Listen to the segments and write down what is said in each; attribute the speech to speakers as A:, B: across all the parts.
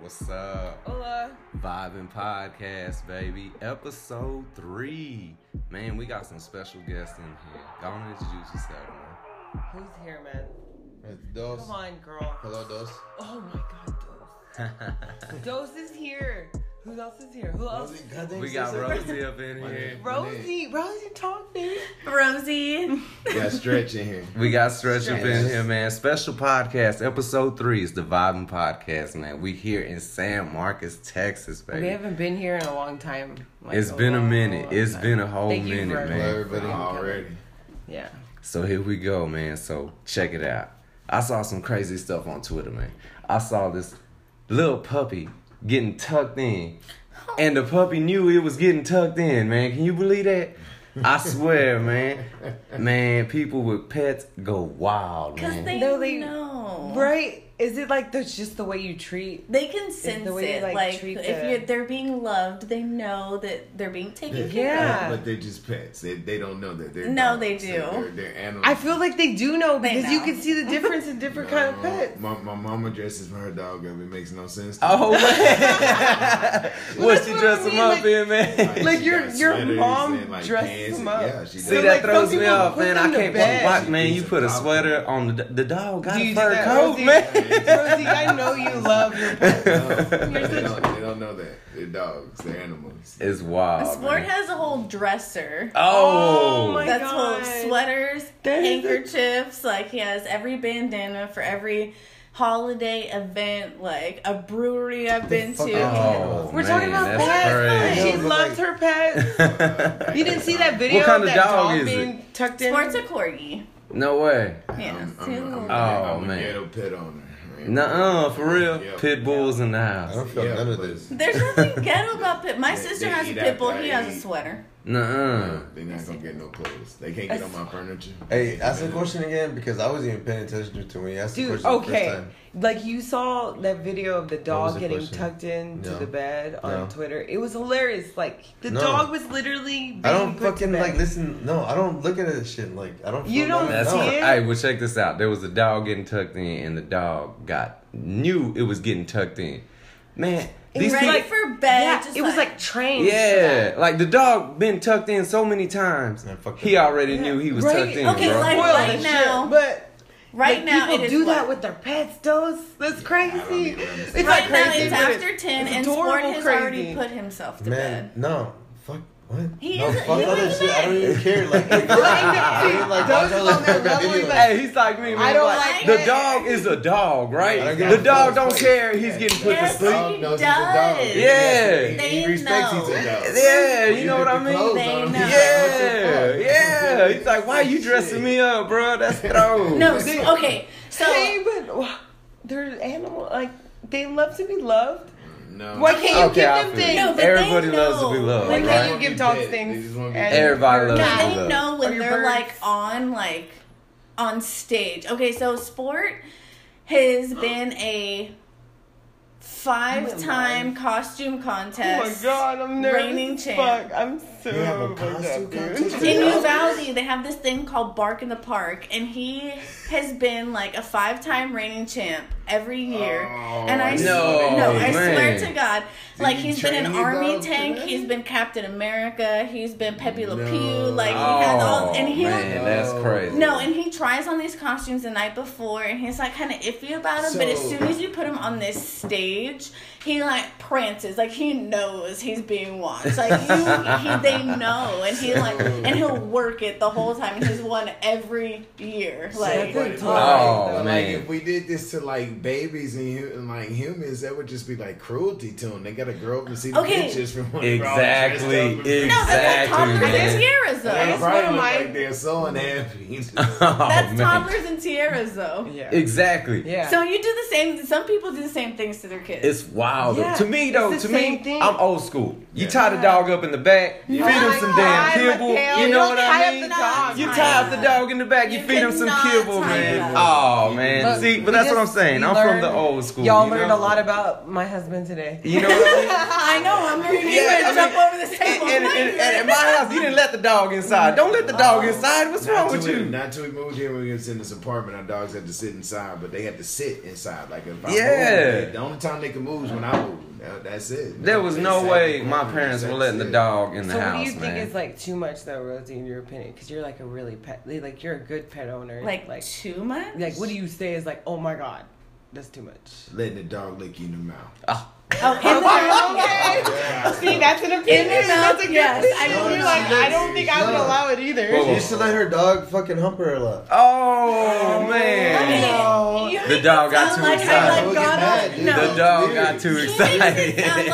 A: What's up?
B: Hola.
A: Vibing Podcast, baby. Episode three. Man, we got some special guests in here. Go on and introduce yourself, man.
B: Who's here, man?
C: It's Dos.
B: Come on, girl.
C: Hello, Dos.
B: Oh my god, Dose. Dose is here. Who else is here? Who else?
A: we got Rosie up in here.
B: Rosie. Rosie, talk, baby.
D: Rosie.
C: Got stretch in here.
A: We got Stretch up in
C: Stretch.
A: here, man. Special podcast, episode three is the Vibing Podcast, man. We here in San Marcos, Texas,
B: We
A: baby.
B: haven't been here in a long time. Like,
A: It's
B: a
A: been a
B: long,
A: minute.
B: long
A: It's
B: time.
A: been a whole
B: Thank you
A: minute,
B: for-
A: man.
C: Hello, everybody already.
B: Yeah.
A: So here we go, man. So check it out. I saw some crazy stuff on Twitter, man. I saw this little puppy getting tucked in. And the puppy knew it was getting tucked in, man. Can you believe that? I swear, man. Man, people with pets go wild,
D: Because
A: man.
D: they,
B: No, they-
D: know.
B: Right? Is it like that's just the way you treat?
D: They can sense
B: the way you,
D: it.
B: like,
D: Like,
B: treat
D: if
B: the-
D: you're, they're being loved, they know that they're being taken care of.
B: Yeah.
C: But they're just pets. They, they don't know that they're.
D: No,
C: dogs.
D: they do.
C: They're, they're animals.
B: I feel like they do know
D: They
B: because you
D: know.
B: can see the difference in different kind of
C: My-
B: pets.
C: My, my mama dresses her dog up. It makes no sense. To
A: Oh man. what she
B: what I
A: dress them
B: mean,
A: up
B: like-
A: in, man?
C: me.
B: like,
C: she
B: your-
C: got
B: your
C: sweaters
B: mom
C: and,
B: dresses
C: pants
B: them
C: and-
B: up.
C: Yeah, she
A: See,
C: does.
A: that
B: like, some
A: throws me
B: people
A: off,
B: put
A: man.
B: them
A: I
B: to
A: can't
B: bed.
A: watch, man. You
C: She's
A: put a
C: a dog.
A: sweater on the the dog got
B: Do
A: a
B: you
A: fur
B: do that,
A: coat,
B: Rosie?
A: man.
B: Rosie, I know you love your pets.
C: No, they, don't, they don't know that. They're dogs. They're animals.
A: It's wild.
D: Sport
A: man.
D: has a whole dresser.
A: Oh,
B: Oh, my
D: That's whole
B: God.
D: sweaters,
B: That is a-
D: handkerchiefs. Like, he has every bandana for every holiday event, like a brewery I've been to.
C: fuck
A: Oh,
B: We're
A: man,
B: talking about
A: that's
B: pets.
A: crazy.
B: She
C: No, but
B: loves
C: like-
B: her pets. You didn't see that video
A: What kind
B: of
A: of
B: that
A: dog
B: dog,
A: is
B: being tucked in?
D: Sport's a corgi.
A: No way.
D: Yeah.
C: I'm,
D: it's
C: I'm,
D: cute.
C: I'm,
A: Oh,
C: I'm
A: man.
C: a ghetto pet owner. man.
A: Nuh-uh, for real.
C: Yeah.
A: Pit bulls in the house.
E: don't feel
C: Yeah,
E: none of
C: but-
E: this.
D: There's nothing ghetto about pit. My
C: They-
D: sister
C: they
D: has a
C: eat
D: pit bull.
C: after
D: He
C: I
D: has a
C: eat.
D: sweater.
A: Nuh-uh.
C: They're not gonna get no clothes. They can't get on my furniture.
E: Hey, ask the question again because I wasn't even paying attention to when you asked the
B: Dude,
E: question the
B: okay.
E: first time.
B: Like you saw that video of the
E: was
B: dog
E: the
B: getting
E: question?
B: tucked into
E: No.
B: the bed on
E: No.
B: Twitter. It was hilarious. Like the
E: No.
B: dog was literally. Being
E: I don't
B: put to
E: fucking
B: bed.
E: like listen. No, I don't look at this shit. Like I don't.
B: You
E: feel
B: don't
E: none of-
A: That's
B: see
E: no.
A: what,
B: it?
A: hey, well, check this out. There was a dog getting tucked in, and the dog got knew it was getting tucked in. Man, these
D: Ready
A: people,
B: like-
D: for bed.
B: yeah,
D: just
B: it was like trained. for
A: yeah,
B: that.
A: like the dog been tucked in so many times.
E: Man, fuck
A: He
E: that.
A: already knew he was
B: Right.
A: tucked in,
D: Okay,
A: bro.
D: like-
B: Spoiled
D: right
B: as shit,
D: now-
B: but
D: Right
B: like,
D: now,
B: people
D: it is
B: do that
D: what-
B: with their pets. Those that's
C: I don't
B: crazy.
C: even understand.
B: It's
D: right
B: like
D: now,
B: crazy,
D: it's
B: but
D: after ten,
B: it's
D: and Sport
B: adorable
D: has
B: crazy.
D: already put himself to
E: man.
D: bed.
E: No, fuck what?
D: He
E: no,
D: isn't-
E: fuck
D: he
E: all that
D: isn't
E: shit. I don't even care. Like, like, like,
B: Those
E: I
B: on
E: was like,
B: that
E: I got
B: level,
E: video.
B: like-
A: Hey, he's like me, man.
B: I don't
A: Like,
D: like
A: the
D: it.
A: dog is a dog,
E: I
A: right?
E: don't give
A: The
E: a
A: dog
E: fuck.
A: don't care. He's getting put to
D: Yes.
A: sleep.
C: Dog knows he's a
D: does.
C: dog. He
A: Yeah.
C: has to-
D: They
C: He respects
D: know.
C: he's a dog.
A: Yeah,
C: When
A: you know
C: put
A: what I
C: the
A: mean.
C: clothes
D: They
C: on, he's
D: know.
C: like,
A: Yeah,
C: what the fuck?
A: yeah. He's like, why you dressing me up, bro? That's throw.
D: No, so- okay, so
B: Hey, but they're animal. Like they love to be loved.
C: No.
B: Why can't you
A: Okay, I
B: give them
A: feel you.
B: things?
D: No, but
A: Everybody
D: they
A: loves to be
D: know.
A: loved,
D: When
B: Why
D: they-
A: right?
B: can't you
C: They
B: give
C: just wanna
B: dogs
C: be pet. They
B: things?
C: just wanna be
B: And-
C: pet.
A: Everybody
B: Or
A: loves
B: not.
A: to be
D: they
A: loved.
D: know
B: Or
D: when
B: your
D: they're
B: birds.
D: like on like on stage. Okay, so Sport has been
B: Oh
D: a five-time costume
B: Oh my
D: contest.
B: god, I'm nervous.
D: Reigning
B: as
D: champ.
B: Fuck, I'm so
E: You have a
B: fucked up,
E: costume
B: dude.
E: contest?
D: In New Valley, they have this thing called Bark in the Park, and he has been like a five time reigning champ every year.
C: Oh,
D: and I
C: I
D: swear, no,
A: know.
D: I
A: Man.
D: swear to God, like
C: you
D: he's been an
C: train your
D: army
C: dog to
D: tank,
C: that?
D: he's been Captain America, he's been Pepe Le Pew,
C: No.
D: like he has all,
A: Oh
D: and he
A: man, that's crazy.
D: no, and he tries on these costumes the night before, and he's like kind of iffy about them. but as
C: So-
D: soon as you put him on this stage, he like prances, like he knows he's being watched. Like you, he, they know, and he like, and he'll work it the whole time. And he's won every year. Like,
B: That's
C: But,
B: a
A: Oh,
C: like,
A: man.
C: if we did this to like babies and, hu- and like humans, that would just be like cruelty to them. They gotta grow up and see the
D: Okay.
C: pictures from when they were all dressed up
A: exactly,
C: and-
A: exactly.
D: no, that's like toddlers
A: man.
D: and tiaras though.
C: They
B: That's
D: That's,
B: one of
C: probably look
B: my-
C: like they're so unhappy.
A: Oh, man.
D: toddlers and tiaras though.
B: Yeah.
A: Exactly.
B: Yeah.
D: So you do the same. Some people do the same things to their kids.
A: It's wild. though.
B: Yeah,
A: to me, though,
B: it's
A: to
B: the
A: me,
B: same thing.
A: I'm old school. You
C: Yeah.
A: tie the dog up in the back, feed him
B: my
A: some
B: God,
A: damn kibble.
B: Mateo,
A: You
B: you
A: know
B: don't
A: what
B: tie
A: I
B: up
A: mean?
B: the dog.
A: You
D: Tie
A: tie up
D: it
A: the
D: up.
A: dog in the back, you,
D: You
A: feed him some
D: cannot
A: kibble,
D: tie it
A: man.
D: up.
A: Oh, man.
B: Look,
A: See,
B: we
A: but that's what I'm
B: just-
A: saying.
B: we
A: I'm
B: learned-
A: from the old school.
B: Y'all
A: you
B: learned
A: know?
B: a lot about my husband today.
A: You know what I mean?
D: I know. I'm gonna,
A: Yeah, I
D: jump
A: mean-
D: over this table.
A: and, and, and, and at my house, you didn't let the dog inside. Don't let the dog
B: Oh,
A: inside. What's wrong
C: Not
A: with
C: till we,
A: you?
C: not till we moved here, we was in this apartment. Our dogs had to sit inside, but they had to sit inside. Like if I
A: Yeah.
C: moved, the only time they could move is when I moved. That- that's it.
A: There was
C: They
A: no
C: sat in
A: way
C: the
A: my
C: corner,
A: parents
C: that's
A: were letting the
C: it.
A: dog in the
B: So
A: house,
B: what do you think
A: man.
B: is like too much though, Rosie, in your opinion? Because you're like a really pet, like you're a good pet owner.
D: Like,
B: like,
D: too much?
B: like, what do you say is like, oh my god, that's too much.
C: Letting the dog lick you in the mouth.
D: Oh, in the mouth.
B: See, that's an
D: In the mouth, yes. I
C: No,
D: do
C: no,
D: like
C: no.
D: I
C: don't think I would No. allow
B: it either.
A: Whoa,
E: She used to let her dog fucking hump her a lot.
A: oh man,
D: I mean, you
A: the dog got too
D: sound like I
A: excited.
D: like
C: Look at
D: got
C: that,
D: on
C: dude.
A: The
D: no.
A: dog got too
D: She makes it sound like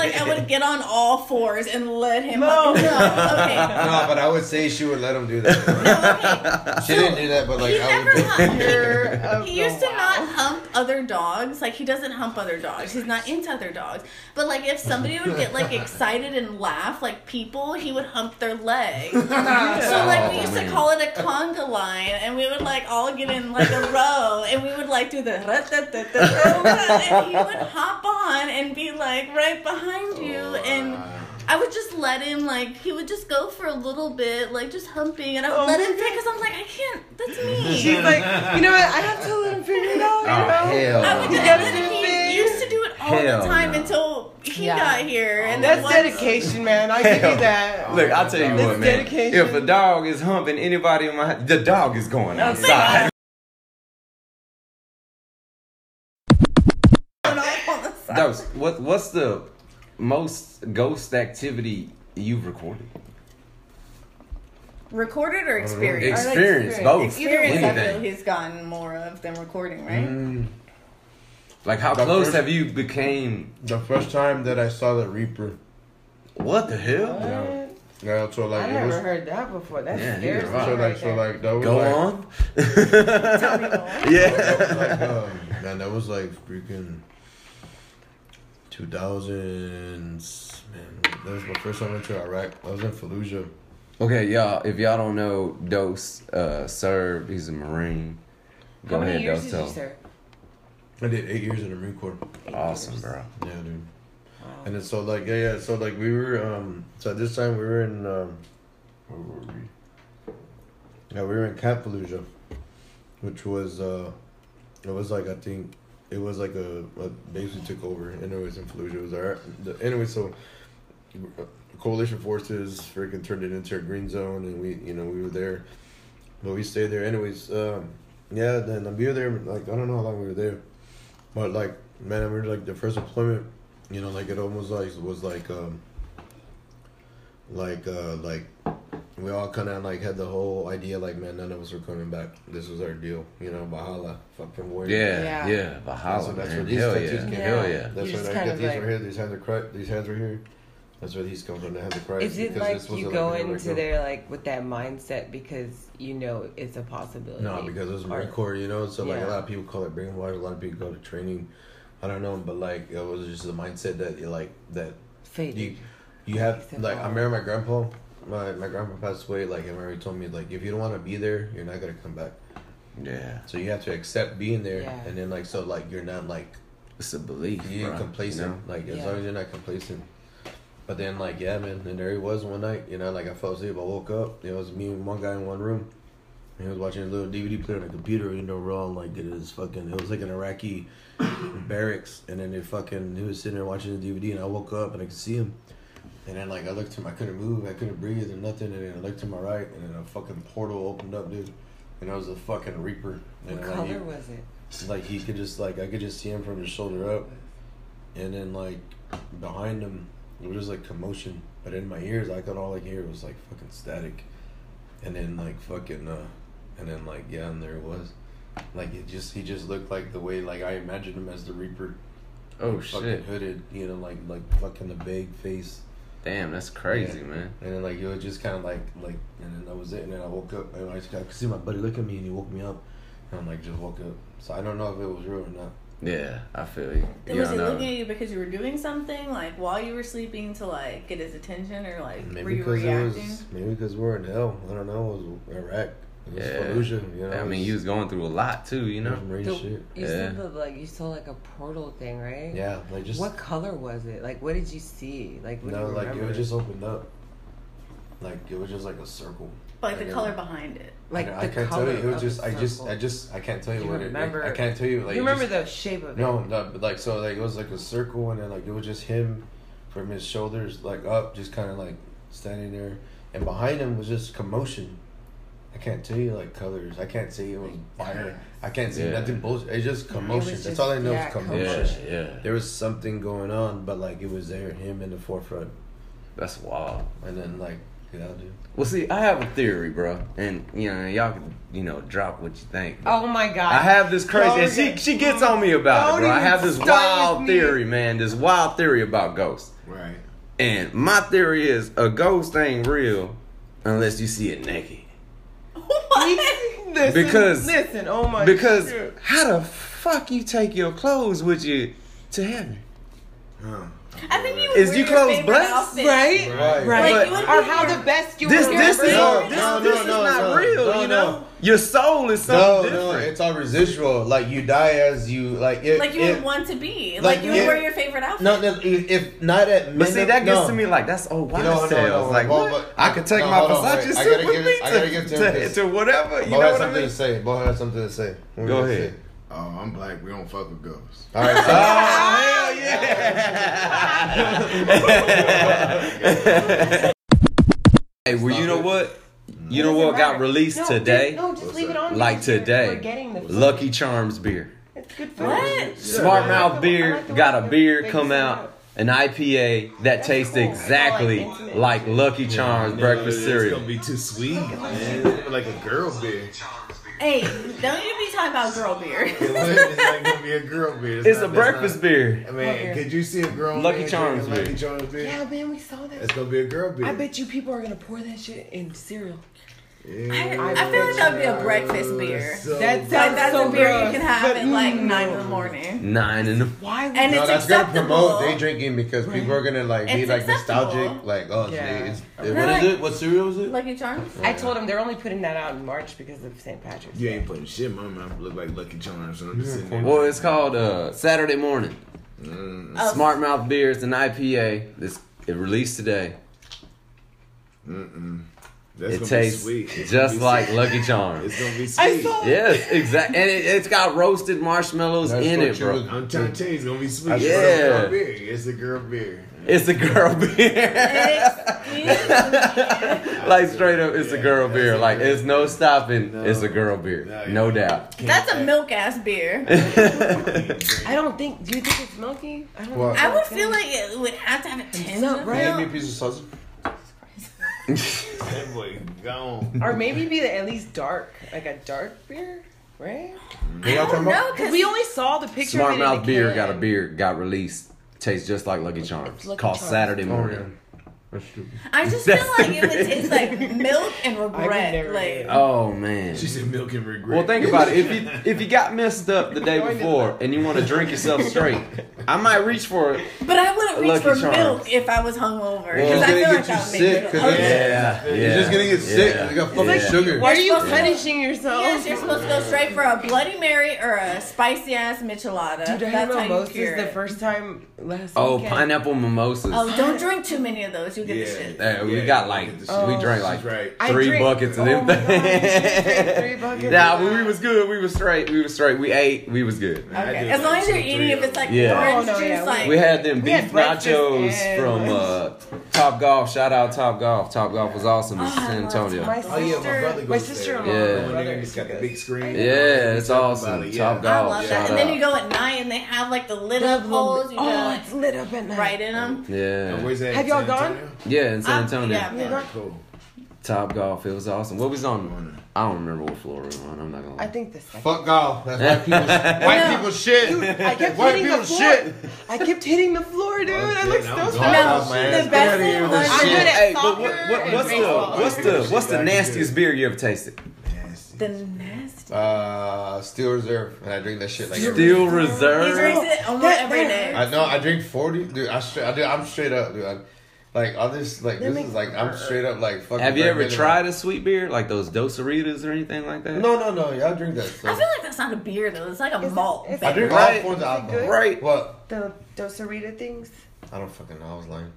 D: I
A: excited.
D: would get on all fours and let him.
B: No.
D: up. no,
E: No, but I would say she would let him do that.
D: okay. no, okay.
E: She didn't do that, but like
D: he
E: I
D: never
E: would. Do
D: humped.
B: You're
D: He used to not hump other dogs. Like he doesn't hump other dogs. He's not into other dogs. But like if somebody would get like excited and laugh like people, he would hump their leg. so like we
A: Oh,
D: used
A: man.
D: to call it a conga line, and we would like all get in like a row, and we would like do the ra-ta-ta-ta-ta, and he would hop on and be like right behind you,
C: Oh,
D: and. I would just let him like he would just go for a little bit, like just humping, and I would
B: Oh
D: let
B: my
D: him because I'm like I can't. That's me.
B: She's like, you know what? I have to let him figure it out.
A: Oh,
B: You know?
A: hell
D: I would
A: no.
B: You
D: just,
B: gotta
D: and
B: do
D: he
B: things.
D: used to do it all
A: Hell
D: the time
A: no.
D: until he
B: Yeah.
D: got here. And
B: That's
D: once-
B: dedication, man. I give you
A: Hell.
B: that.
A: Look, I'll tell you
B: That's
A: what, man.
B: dedication.
A: If a dog is humping anybody in my house, the dog is going
B: Oh,
A: outside.
D: and all on the side.
A: Dose, what what's the most ghost activity you've recorded?
D: Recorded or experienced?
A: Experience,
B: experience.
A: both.
D: Mm-hmm. Experience, I feel
A: Anything.
D: he's gotten more of than recording, right?
E: Mm,
A: Like how
E: The
A: close
E: first-
A: have you became
E: The first time that I saw the Reaper,
A: what the hell?
E: Yeah.
B: What?
E: Oh, yeah, so like
B: I
E: it was.
B: never heard that before. That
A: Yeah,
B: scares
A: neither
B: me.
A: have I.
E: So like,
B: right
E: so
B: there.
E: like that was
A: Go
E: like,
A: on.
D: Tell me more.
A: yeah.
E: like, um, man, that was like freaking 2000s. Man, that was my first time I went to Iraq. I was in Fallujah.
A: Okay, y'all, if y'all don't know Dose uh served, he's a Marine. Go
B: How many
A: ahead,
B: years
A: Dose.
B: did you
A: tell.
B: serve?
E: I did eight years in the Marine Corps.
A: Awesome, bro.
E: Yeah, dude. And then so like yeah yeah so like we were um so at this time we were in um where were we? Yeah, we were in Camp Fallujah, which was uh it was like I think it was like a, a basically took over anyways in Fallujah it was alright. The- Anyway, so uh, coalition forces freaking turned it into a green zone and we you know we were there, but we stayed there anyways. Um, yeah, then we were there like I don't know how long we were there, but like man, I remember like the first deployment you know like it almost like was like um like uh like we all kind of like had the whole idea like man none of us were coming back this was our deal you know bahala fucking warrior
A: Yeah, yeah,
B: Yeah.
A: Valhalla.
E: So that's
A: man.
E: where these
A: Hell
E: tattoos
A: yeah.
E: came
A: Hell
B: from.
A: yeah.
E: that's
B: You're
E: where
B: just
E: I
B: kind
E: get
B: of
E: these
B: like-
E: were here these hands are cri- these hands were here that's where these come from the hands of christ
B: Is it
E: because
B: like
E: this was
B: you
E: a,
B: go
E: like, a
B: into
E: record-
B: there like with that mindset because you know it's a possibility?
E: no because it was
B: Or-
E: marine corps you know so like
B: Yeah.
E: a lot of people call it brainwash a lot of people go to training i don't know but like it was just the mindset that you like that
B: Fate.
E: you you have
B: Except
E: like
B: for-
E: I remember my grandpa my, my grandpa passed away like him already told me like if you don't want to be there you're not gonna come back
A: Yeah.
E: so you have to accept being there
B: Yeah.
E: and then like so like you're not like
A: It's a belief.
E: you're
A: bruh,
E: complacent
A: you know?
E: like as
B: Yeah.
E: long as you're not complacent but then like yeah man and there he was one night you know like I fell asleep I woke up it was me and one guy in one room and he was watching his little DVD player on the computer you know we're all like it is fucking it was like an Iraqi barracks and then they fucking he was sitting there watching the DVD and I woke up and I could see him and then like I looked to him, I couldn't move, I couldn't breathe or nothing. And then I looked to my right, and then a fucking portal opened up, dude. And I was a fucking reaper. And
B: What
E: like,
B: color was it?
E: he, like he could just like I could just see him from his shoulder up, and then like behind him it was like commotion. But in my ears, I could all like hear was like fucking static, and then like fucking uh, and then like yeah, and there it was. Like it just he just looked like the way like I imagined him as the reaper.
A: Oh
E: fucking
A: shit.
E: hooded, you know, like like fucking the big face.
A: Damn, that's crazy,
E: Yeah.
A: man.
E: And then like it was just kind of like like, and then that was it. And then I woke up and I, just, I could see my buddy look at me and he woke me up, and I'm like just woke up. So I don't know if it was real or not.
A: Yeah, I feel you.
D: And
A: Yeah,
D: was
A: I
D: he
A: know.
D: looking at you because you were doing something, like while you were sleeping, to like get his attention, or like were
E: Maybe
D: you
E: because it
D: reacting?
E: was maybe because we're in hell. I don't know. It was Iraq. It was
A: Yeah.
E: Fallujah. You know.
A: I
E: it
A: mean,
E: was-
A: you was going through a lot too, you
E: it was
A: know.
E: Marine
B: The-
E: shit.
B: You
A: Yeah.
B: said the, like you saw like a portal thing, right?
E: Yeah, like just
B: What color was it? Like, what did you see? Like, what do
E: no,
B: you
E: like it
B: remember?
E: was just opened up. Like it was just like a circle.
D: Like the
E: Like,
D: color
E: uh,
D: behind it.
B: Like
E: I, I
B: the
E: can't
B: color
E: tell you. It was
B: of the
E: just I just I
B: circle.
E: just I can't tell you,
B: You
E: what
B: remember-
E: it. Like, I can't tell you. Like
B: you
E: it
B: remember
E: just-
B: the shape of it?
E: No, no, but like so, like it was like a circle, and then like it was just him from his shoulders like up, just kind of like standing there, and behind him was just commotion. I can't tell you like colors. I can't say it was fire. I can't see
A: Yeah.
E: nothing bullshit. It's just commotion.
B: just-
E: That's all I know
B: yeah,
E: is commotion.
A: Yeah,
B: commotion.
A: yeah.
E: There was something going on, but like it was there, him in the forefront,
A: That's wild.
E: and then like yeah, dude.
A: Well, see, I have a theory, bro, and you know, y'all can you know drop what you think.
B: Oh my god.
A: I have this crazy, and she
B: Don't-
A: she gets on me about
B: don't
A: it, bro. I
B: even
A: have this
B: start
A: wild
B: with me.
A: theory, man. This wild theory about ghosts.
C: Right.
A: And my theory is a ghost ain't real unless you see it naked.
D: What?
B: listen,
A: Because-
B: listen, oh my
A: Because
B: shit.
A: how the fuck you take your clothes with you to heaven?
C: Huh.
D: I think you would
A: Is
D: wear
A: you
D: your
A: clothes
D: favorite
A: blessed?
D: outfit.
B: Right?
E: Right.
A: Right.
D: Like, you would
B: Or
D: be
B: how
D: here.
B: the best you
A: This
B: were.
A: this is
B: remembered.
E: No,
A: this,
E: no,
A: this is
E: no,
A: not
E: no,
A: real,
E: no,
A: you
E: no.
A: know. Your soul is
E: No,
A: something
E: no,
A: different.
E: it's all residual. Like you die as you like it.
D: Like you
E: it,
D: would want to be.
E: like,
D: Like, you would
E: yeah.
D: wear your favorite outfit.
E: No, no, if if not at
A: but see,
E: minim-
A: that gets
E: no.
A: to me like that's old wives'
E: know, no,
A: tales.
E: no,
A: like,
E: Bo-
A: what?
E: but-
A: I could take
E: no,
A: my
E: hold on,
A: Versace
E: wait. I
A: suit
E: gotta
A: with
E: give
A: me
E: it- I
A: to,
E: gotta give
A: to,
E: Tim
A: to,
E: this.
A: whatever. You
E: Bo
A: know
E: has
A: what I
E: something
A: mean?
E: to say. Bo has something to say. What
A: Go
E: do you
A: ahead.
E: say?
C: Oh, I'm black. We don't fuck with ghosts.
E: All right. So,
A: Oh hell yeah! hey, well, you know what? You know
B: Doesn't
A: what got
B: matter.
A: released
B: No, just-
A: today?
B: no, just leave it on.
A: Like
B: because you're-
A: today.
B: We're getting the
A: Lucky Charms beer.
B: It's good for
D: What?
A: Smart
E: Yeah.
A: Mouth
B: I
A: beer
B: like the
A: got a
B: way
A: beer
B: they
A: come
B: set
A: out.
B: up.
A: An IPA that tastes
B: cool.
A: exactly
B: I like intimate.
A: like Lucky Charms breakfast cereal.
C: be too sweet, man. Like a girl beer.
D: Hey, don't you be talking about girl beer.
C: It's not gonna be a girl beer.
A: It's a
C: not-
A: breakfast beer.
C: not- Man, could you see a girl?
A: Lucky
C: beer
A: Charms
C: drinking Lucky
A: beer.
C: Charms beer.
B: Yeah, man, we saw that.
C: It's gonna be a girl beer.
B: I bet you people are gonna pour that shit in cereal.
D: I,
C: Yeah.
D: I feel like that would be a breakfast beer.
C: So
B: That's-
C: good.
D: Like that's
B: So
D: a beer
B: gross,
D: you can have
B: but
D: at like
B: mm.
D: nine in the morning.
A: Nine in the
B: Why? would-
D: And
E: no,
D: it's
E: that's
D: acceptable.
E: gonna promote day drinking because people are gonna like be
D: It's
E: like
D: acceptable.
E: nostalgic, like oh,
B: Yeah.
E: yeah. it's, what
D: They're like-
E: is it? What cereal is it?
D: Lucky Charms.
B: I told them they're only putting that out in March because of St. Patrick's.
C: You ain't putting shit in my mouth. Look like Lucky Charms. I'm just sitting there.
A: Well, it's called uh, Saturday Morning.
E: Mm,
D: Oh.
A: Smart Mouth Beer. It's an IPA. This it released today. it
C: That's gonna
A: tastes
C: be sweet. It's gonna
A: just
C: be
A: like
C: sweet.
A: Lucky Charms.
C: It's gonna be
B: I
C: sweet.
B: saw
A: yes, exactly. And it, it's got roasted marshmallows
E: That's
A: in
E: what
A: it,
E: you
A: bro.
E: would-
C: I'm trying to tell you, it's gonna be
E: I
C: sweet.
E: saw-
C: It's a
A: Yeah.
C: girl beer. It's a girl beer.
A: It's a girl beer.
D: Excuse me.
A: like straight up, it's a girl
C: Yeah,
A: beer.
C: that's a
A: Like
C: girl
A: it's no stopping.
C: No.
A: It's a girl beer,
C: No,
A: no,
C: yeah.
A: doubt.
D: That's a milk ass beer.
B: I don't think. Do you think it's milky? I don't.
E: What?
B: think
D: I would
B: it's
D: feel
B: milky.
D: like it would have to have a tinge
B: not
D: of
B: right.
E: Hand me a
D: milk.
E: piece of sausage.
C: That boy gone.
B: Or maybe be the, at least dark, like a dark beer, right?
E: You know what I'm talking
D: No,
E: about?
D: because
B: We only saw the picture.
A: Smart
B: of it in
A: Mouth
B: the
A: Beer
B: can.
A: got a beer. Got released. Tastes just like Lucky Charms.
B: Lucky
A: called
B: Charms.
A: Saturday
E: Oh,
A: Morning.
E: yeah. That's stupid.
D: I just feel
A: That's
D: like
A: the
D: it would taste like milk and
B: never
D: regret.
B: do
D: Like,
B: that.
A: Oh man.
C: She said milk and regret.
A: Well, think about it. If you if you got messed up the day before and you want to drink yourself straight, I might reach for it.
D: but I wouldn't reach
A: Lucky
D: for
A: Charms.
D: milk if I was hungover
E: Well,
D: because
E: it's
D: I
E: gonna
D: feel
E: get
D: like
E: you
D: that would
E: sick,
D: make me
E: 'cause
D: hungover.
E: it's-
A: Yeah,
C: You're
A: yeah.
E: You're just gonna get sick.
A: Yeah.
E: You got fucking
A: Yeah.
E: sugar.
B: Why are you
D: Supposed to-
B: punishing yourself?
D: Yes, you're supposed to go straight for a Bloody Mary or a spicy ass michelada.
B: Dude, I had
D: That's how you
B: mimosas
D: cure
B: the
D: it.
B: first time last
A: Oh,
B: weekend.
A: pineapple mimosas.
D: Oh, don't drink too many of those. You get the shit.
A: Hey, we
C: Yeah,
A: got
C: you
A: like
C: get the
A: we
B: shit.
A: drank
C: She's
A: like
C: right.
B: I
A: three
B: drrank-
A: buckets of
B: oh
A: them
B: my God, you drank
A: things.
B: three buckets.
A: Nah, but we was good. We was straight. We was straight. We ate. We was good.
C: I
D: Okay.
C: do
D: As
C: like
D: long as
C: two,
D: you're
C: three
D: eating, if
C: of
D: it's like
A: Yeah.
D: orange
B: Oh, no,
D: juice,
B: yeah, we-
D: like
A: We had them
B: We
A: beef
B: had breakfast
A: nachos
B: and
A: from uh, Top Golf. Shout out Top Golf. Top Golf was awesome in
D: Oh, I
A: San
D: love
A: Antonio.
B: My
C: Oh yeah, my
B: sister-
C: brother goes
B: my
C: there.
B: sister-in-law,
A: Yeah.
B: my
C: Going
B: brother
C: there, he's got the big screen.
A: Yeah, it's
C: We talk
A: awesome.
C: about it, yeah.
A: Top
D: I
A: Golf.
D: love
A: shout
D: that. And then
A: out.
D: you go at night and they have like the lit up
B: Love
D: holes. You
B: Oh,
D: know,
B: it's lit up at night.
D: like right in them.
C: Now,
A: yeah,
C: where's that?
B: Have y'all
C: San
B: gone?
C: Antonio?
A: yeah, in San
D: I'm-
A: Antonio.
D: Um, yeah.
B: You
C: Alright,
B: know,
C: cool.
A: Top golf. It was awesome. What was on? I don't remember what floor we were on. I'm not gonna. Lie.
B: I think the second.
E: Fuck golf. That's white people's white
D: No.
E: people's shit.
B: I kept
E: white
B: hitting the
E: people's
B: floor.
E: shit.
B: I kept hitting the floor, dude. I
C: Okay,
B: looked
C: now I'm
B: so
C: gone.
B: sad.
D: No,
E: Oh, man,
D: the
E: it's
D: best
E: gotta be
D: thing
E: with
D: was
E: this shit.
B: good at
A: Hey, but what,
B: soccer
A: what,
B: and
A: what's the
B: baseball.
A: what's the what's the nastiest beer you ever tasted?
C: Nasty.
D: the nasty.
E: Uh, Steel Reserve, and I drink that shit like every
A: Steel
D: He drinks
A: Reserve.
D: it almost
B: That-
D: every
B: that-
D: day.
E: I know I drink forty, dude. I straight, I do, I'm straight up, dude. I, like others, like
B: That
E: this
B: makes
E: is like I'm
B: sense.
E: straight up, like fucking.
A: Have you ever
E: Red Bull.
A: tried a sweet beer like those Dosaritas or anything like that?
E: No, no, no. Y'all drink that
D: I
E: stuff.
D: feel like that's not a beer though. It's like a
B: Is it-
D: malt.
B: is it-
E: I drink all
A: Right.
B: Is
E: forms of
B: it
E: alcohol.
B: good?
A: Right.
E: What?
B: The Dosarita things.
E: I don't fucking know. I was lying.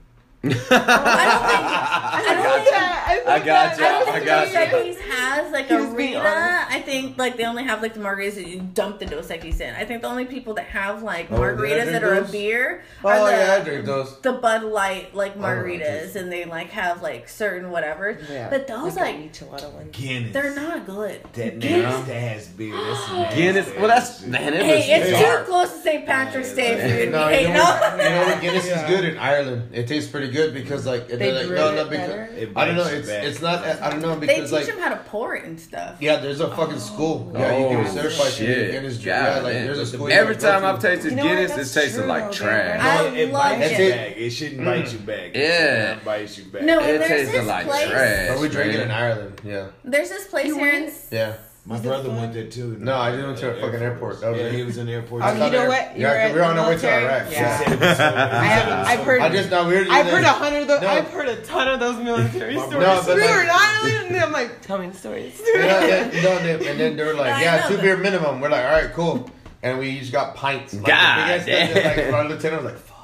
D: I don't think. I don't think
A: I got you.
D: I don't
A: I
D: think
A: got
D: Dos
A: you.
D: Equis has like
B: He
D: a
B: was being
D: Rita.
B: honest.
D: I think like they only have like the margaritas that you dump the Dos Equis in. I think the only people that have like
E: Oh, do they
D: margaritas
E: drink
D: that are
E: those?
D: a beer are
E: Oh
D: the,
E: yeah, Oh, I drink those.
D: the Bud Light like margaritas,
E: Jesus.
D: and they like have like certain whatever.
B: Yeah,
D: But those
B: like
D: like
B: an enchilada one.
C: Guinness.
D: they're not good.
C: That
D: Guinness-
C: nasty ass beer. That's nasty.
A: Guinness. Well, that's man. It
D: Hey,
A: was
D: it's too
A: dark.
D: close to St. Patrick's Day for you to
E: No,
D: be
E: you
D: hating
E: know,
D: on.
E: what, you know what Guinness is good in Ireland. It tastes pretty good because like
B: They
E: they're like
B: brew
E: no,
B: it
E: no, because
B: better.
C: It
E: I don't know.
C: bites you
E: It's
C: back.
E: it's not. I don't know
D: They teach
E: because like
D: them how to pour it and stuff.
E: yeah, there's a fucking school. Yeah, you
A: oh
E: can be certified to be a
A: shit!
E: Guinness.
A: God,
E: Yeah, like
A: damn.
E: there's a school. you
A: Every
E: can go
A: time
E: to.
A: I've tasted
B: You know what?
A: Guinness,
B: That's
A: it's tasted
B: true,
A: like
B: though,
A: trash.
D: man. I
C: No, it
D: love
C: bites you
E: it.
C: back. It shouldn't bite you back.
A: Mm. Yeah.
C: It bites you back.
D: No,
A: It
D: and there's
A: tasted
D: this
A: like
D: place.
A: trash.
E: But we drink it
A: man.
E: in Ireland. Yeah,
D: There's this place here in.
E: yeah.
C: My brother went there too.
E: No, I didn't went to a fucking airport. That was
C: Yeah,
E: it.
C: he was in the airport.
E: I
C: too.
E: thought
B: know
E: it-
B: what? Oh, You were
E: Yeah,
B: at
E: we were on
B: the
E: our way to
B: military?
E: Iraq.
B: Yeah.
E: Yeah.
B: I've heard-
E: I just now we were.
B: I've heard a hundred. Of those,
E: No.
B: I've heard a ton of those military
C: No,
B: stories.
E: but
B: we
E: like-
B: were in Ireland, and I'm like, tell me the stories.
E: Yeah, yeah, no, they, and then they were like,
D: I
E: yeah,
D: know
E: two
D: that.
E: beer minimum. We're like, all right, cool. And we each got pints. Like, the
A: God
E: big ass thing,
A: damn.
E: Like, our lieutenant was like, fuck.